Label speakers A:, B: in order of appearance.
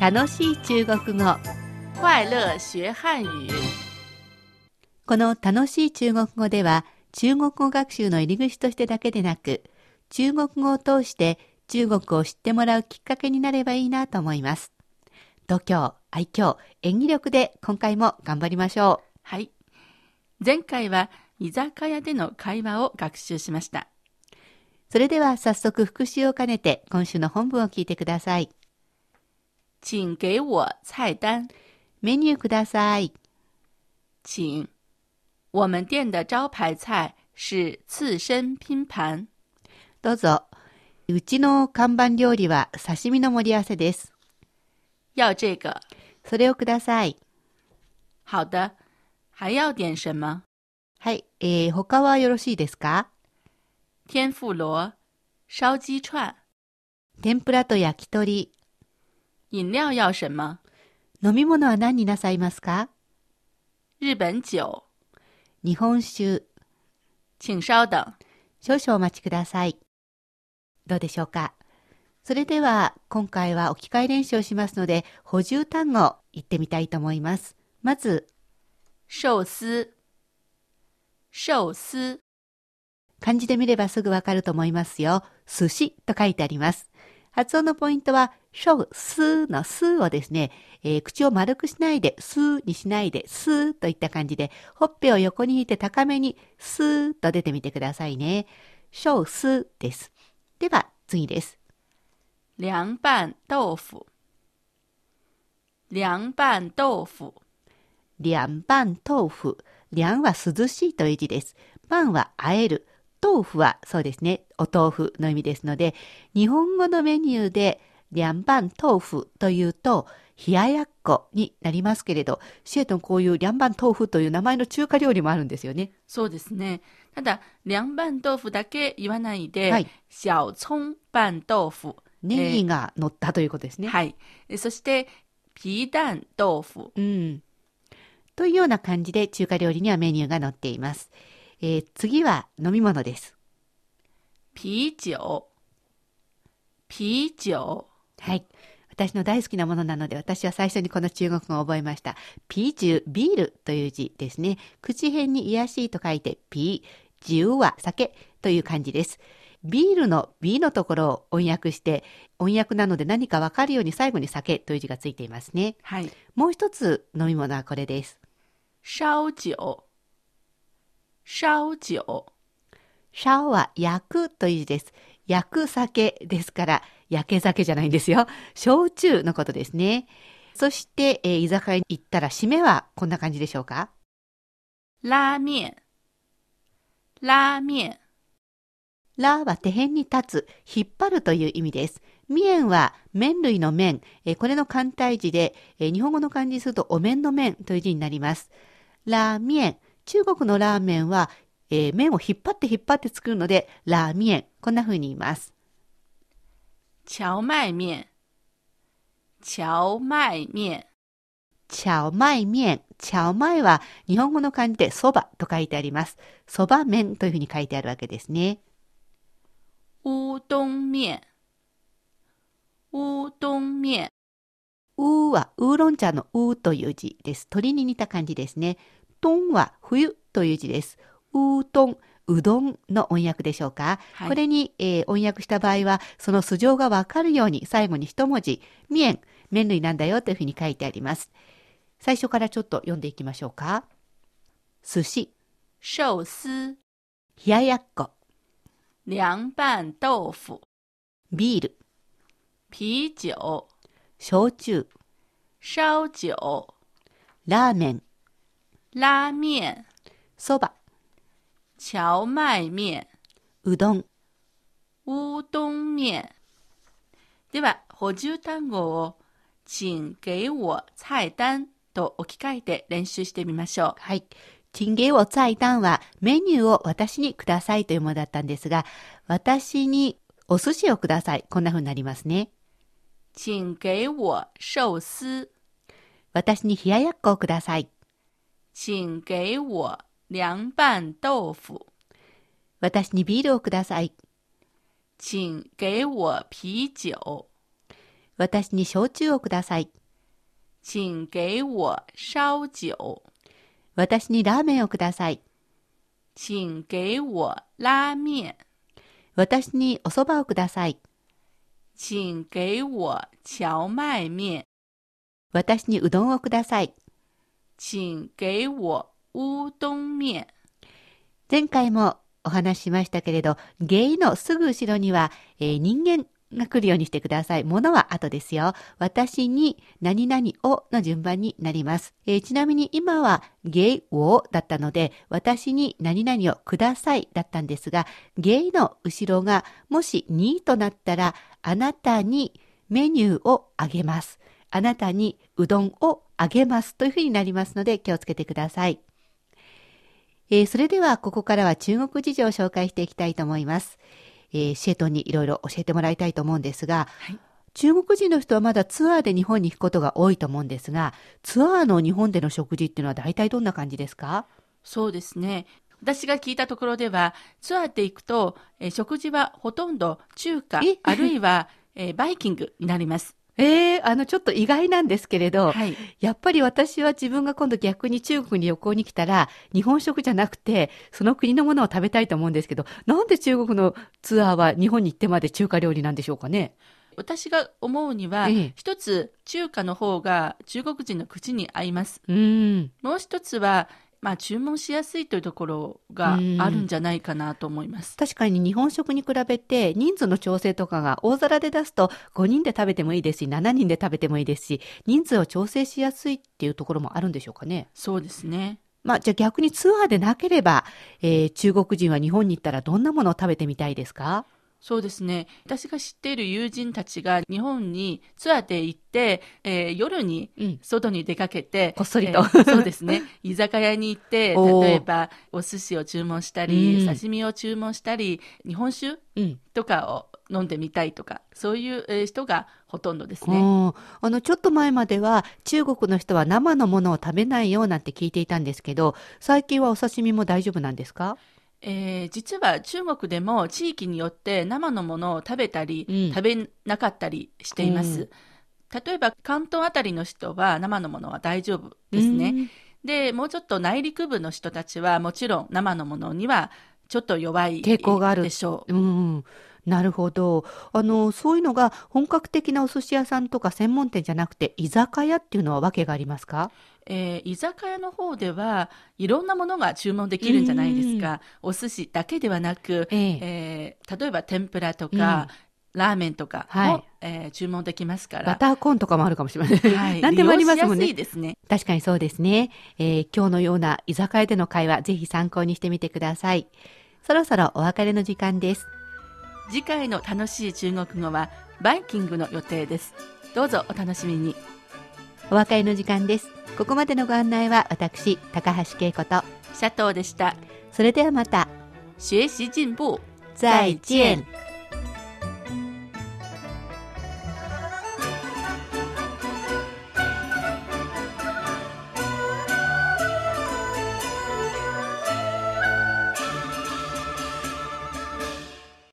A: 楽しい中国語
B: 快乐学汉语。
A: この楽しい中国語では中国語学習の入り口としてだけでなく中国語を通して中国を知ってもらうきっかけになればいいなと思います度胸愛嬌演技力で今回も頑張りましょう
B: はい。前回は居酒屋での会話を学習しました。
A: それでは早速復習を兼ねて今週の本文を聞いてください
B: 请给我菜单。
A: メニューください
B: 请。我们店的招牌菜是刺身拼盘。
A: どうぞうちの看板料理は刺身の盛り合わせです
B: 要这个。
A: それをください
B: 好的。还要点什么？
A: はい、えー、他はよろしいですか
B: 天妇罗、烧鸡串。
A: 天ぷらと焼き鳥
B: 饮料要什么？
A: 飲み物は何になさいますか
B: 日本酒。
A: 日本酒
B: 请稍等。
A: 少々お待ちください。どうでしょうかそれでは今回は置き換え練習をしますので補充単語言ってみたいと思います。まず
B: 寿司。寿司。
A: 漢字で見ればすぐわかると思いますよ。寿司と書いてあります。発音のポイントは、しょう、すーのすーをですね、えー口を丸くしないで、すーにしないで、すーといった感じで、ほっぺを横に引いて高めに、すーと出てみてくださいね。しょうすーです。では、次です。
B: 凉拌豆腐。凉拌豆腐。
A: 凉拌豆腐。涼は涼しいという字です。拌は和える。豆腐はそうですね、お豆腐の意味ですので、日本語のメニューで涼拌豆腐というと、冷ややっこになりますけれど、シエトンこういう涼拌豆腐という名前の中華料理もあるんですよね。
B: そうですね。ただ、涼拌豆腐だけ言わないで、
A: はい
B: 小葱拌豆腐。
A: ネギが乗ったということですね。
B: はい。えそして、皮蛋豆腐。
A: うん。というような感じで中華料理にはメニューが載っています。えー次は飲み物です。
B: 啤酒。啤酒。
A: はい。私の大好きなものなので、私は最初にこの中国語を覚えました。ピージュー、ビールという字ですね。口辺に癒やしいと書いて、ピー、ジューは酒という漢字です。ビールの B のところを音訳して、音訳なので何かわかるように最後に酒という字がついていますね。
B: はい。
A: もう一つ飲み物はこれです。
B: 烧酒。烧酒。
A: シャオは焼くという字です。焼く酒ですから、焼け酒じゃないんですよ。焼酎のことですね。そして、えー居酒屋に行ったら締めはこんな感じでしょうか
B: 拉面。拉面。
A: ラーは手辺に立つ、引っ張るという意味です。麺は麺類の麺、えーこれの簡体字で、えー日本語の漢字にするとお面の麺という字になります。ラーメン、中国のラーメンは、えー麺を引っ張って引っ張って作るので、ラーメン、こんな風に言います。
B: 荞麦面。荞麦面。
A: チャオマイ麺。チャオマイは日本語の漢字でそばと書いてあります。そば麺というふうに書いてあるわけですね。
B: 乌冬面。乌冬面。
A: うーはウーロン茶のうーという字です。鳥に似た漢字ですね。とんは冬という字です。うーとん、うどんの音訳でしょうか。
B: はい
A: これに、えー音訳した場合は、その素性がわかるように最後に一文字、麺、麺類なんだよというふうに書いてあります。最初からちょっと読んでいきましょうか。寿司、
B: 寿司。
A: 冷ややっこ、
B: 凉拌豆腐。
A: ビール、
B: 啤酒。
A: 焼酎、
B: 烧酒。
A: ラーメン、
B: 拉面。
A: そば、
B: 荞麦面。
A: うどん。
B: 乌冬面。では、補充単語を、请给我菜单と置き換えて練習してみましょう。
A: はい。チンゲを菜単はメニューを私にくださいというものだったんですが、私にお寿司をください。こんな風になりますね。
B: 请给我寿司。
A: 私に冷ややっこをください。
B: 请给我凉拌豆腐，
A: 私にビールをください。
B: 请给我啤酒，
A: 私に焼酎をください。
B: 请给我烧酒，
A: 私にラーメンをください。
B: 请给我拉面，
A: 私にお蕎麦をください。
B: 请给我荞麦面，
A: 私にうどんをください。
B: 请给我乌冬面。
A: 前回もお話ししましたけれど、ゲイのすぐ後ろには、えー人間が来るようにしてください。ものは後ですよ。私に何々をの順番になります。えーちなみに今はゲイをだったので、私に何々をくださいだったんですが、ゲイの後ろがもしにとなったら、あなたにメニューをあげます。あなたにうどんをあげますというふうになりますので気をつけてください。えーそれではここからは中国事情を紹介していきたいと思います。えーシェートンにいろいろ教えてもらいたいと思うんですが、
B: い
A: 中国人の人はまだツアーで日本に行くことが多いと思うんですが、ツアーの日本での食事っていうのは大体どんな感じですか
B: そうですね。私が聞いたところでは、ツアーで行くと、えー食事はほとんど中華
A: え、
B: あるいは、えーバイキングになります。
A: ええあの、ちょっと意外なんですけれど、
B: はい。
A: やっぱり私は自分が今度逆に中国に旅行に来たら、日本食じゃなくて、その国のものを食べたいと思うんですけど、なんで中国のツアーは日本に行ってまで中華料理なんでしょうかね
B: 私が思うには、
A: ええ
B: 一つ中華の方が中国人の口に合います。
A: うーん。
B: もう一つは、まあ、注文しやすいというところがあるんじゃないかなと思います。
A: 確かに日本食に比べて人数の調整とかが大皿で出すと5人で食べてもいいですし7人で食べてもいいですし人数を調整しやすいっていうところもあるんでしょうかね。
B: そうですね。
A: まあじゃあ逆にツアーでなければ、えー中国人は日本に行ったらどんなものを食べてみたいですか
B: そうですね。私が知っている友人たちが日本にツアーで行って、えー夜に
A: うん。
B: 外に出かけて、
A: こっそりと
B: えー そうですね。 居酒屋に行って、
A: おー
B: 例えばお寿司を注文した
A: う
B: り、
A: ん
B: 刺身を注文したり、日本酒
A: うん。
B: とかを飲んでみたいとか、そういうえー人がほとんどですね。
A: うんあの、ちょっと前までは中国の人は生のものを食べないよなんて聞いていたんですけど、最近はお刺身も大丈夫なんですか
B: えー実は中国でも地域によって生のものを食べたり、
A: うん
B: 食べなかったりしていま
A: う
B: す
A: ん。
B: 例えば関東あたりの人は生のものは大丈夫ですね。で、もうちょっと内陸部の人たちはもちろん生のものにはちょっと弱い
A: 抵抗がある
B: でしょう。
A: うん、なるほど。あの、そういうのが本格的なお寿司屋さんとか専門店じゃなくて、居酒屋っていうのは訳がありますか
B: えー居酒屋の方ではいろんなものが注文できるんじゃないですか。お寿司だけではなく、
A: ええ
B: えー例えば天ぷらとか、ラーメンとかも、
A: はい
B: えー注文できますか
A: バ
B: ら。
A: ターコーンとかもあるかもしれません。
B: は い、
A: 何でもありますもん
B: 利
A: ね。
B: 用しやすいですね。
A: 確かにそうですね、えー今日のような居酒屋での会話、ぜひ参考にしてみてください。そろそろお別れの時間です。
B: 次回の楽しい中国語はバイキングの予定です。どうぞお楽しみに。
A: お別れの時間です。ここまでのご案内は私、高橋恵子と、
B: シャトーでした。
A: それではまた、
B: 学習進步。
A: 再见。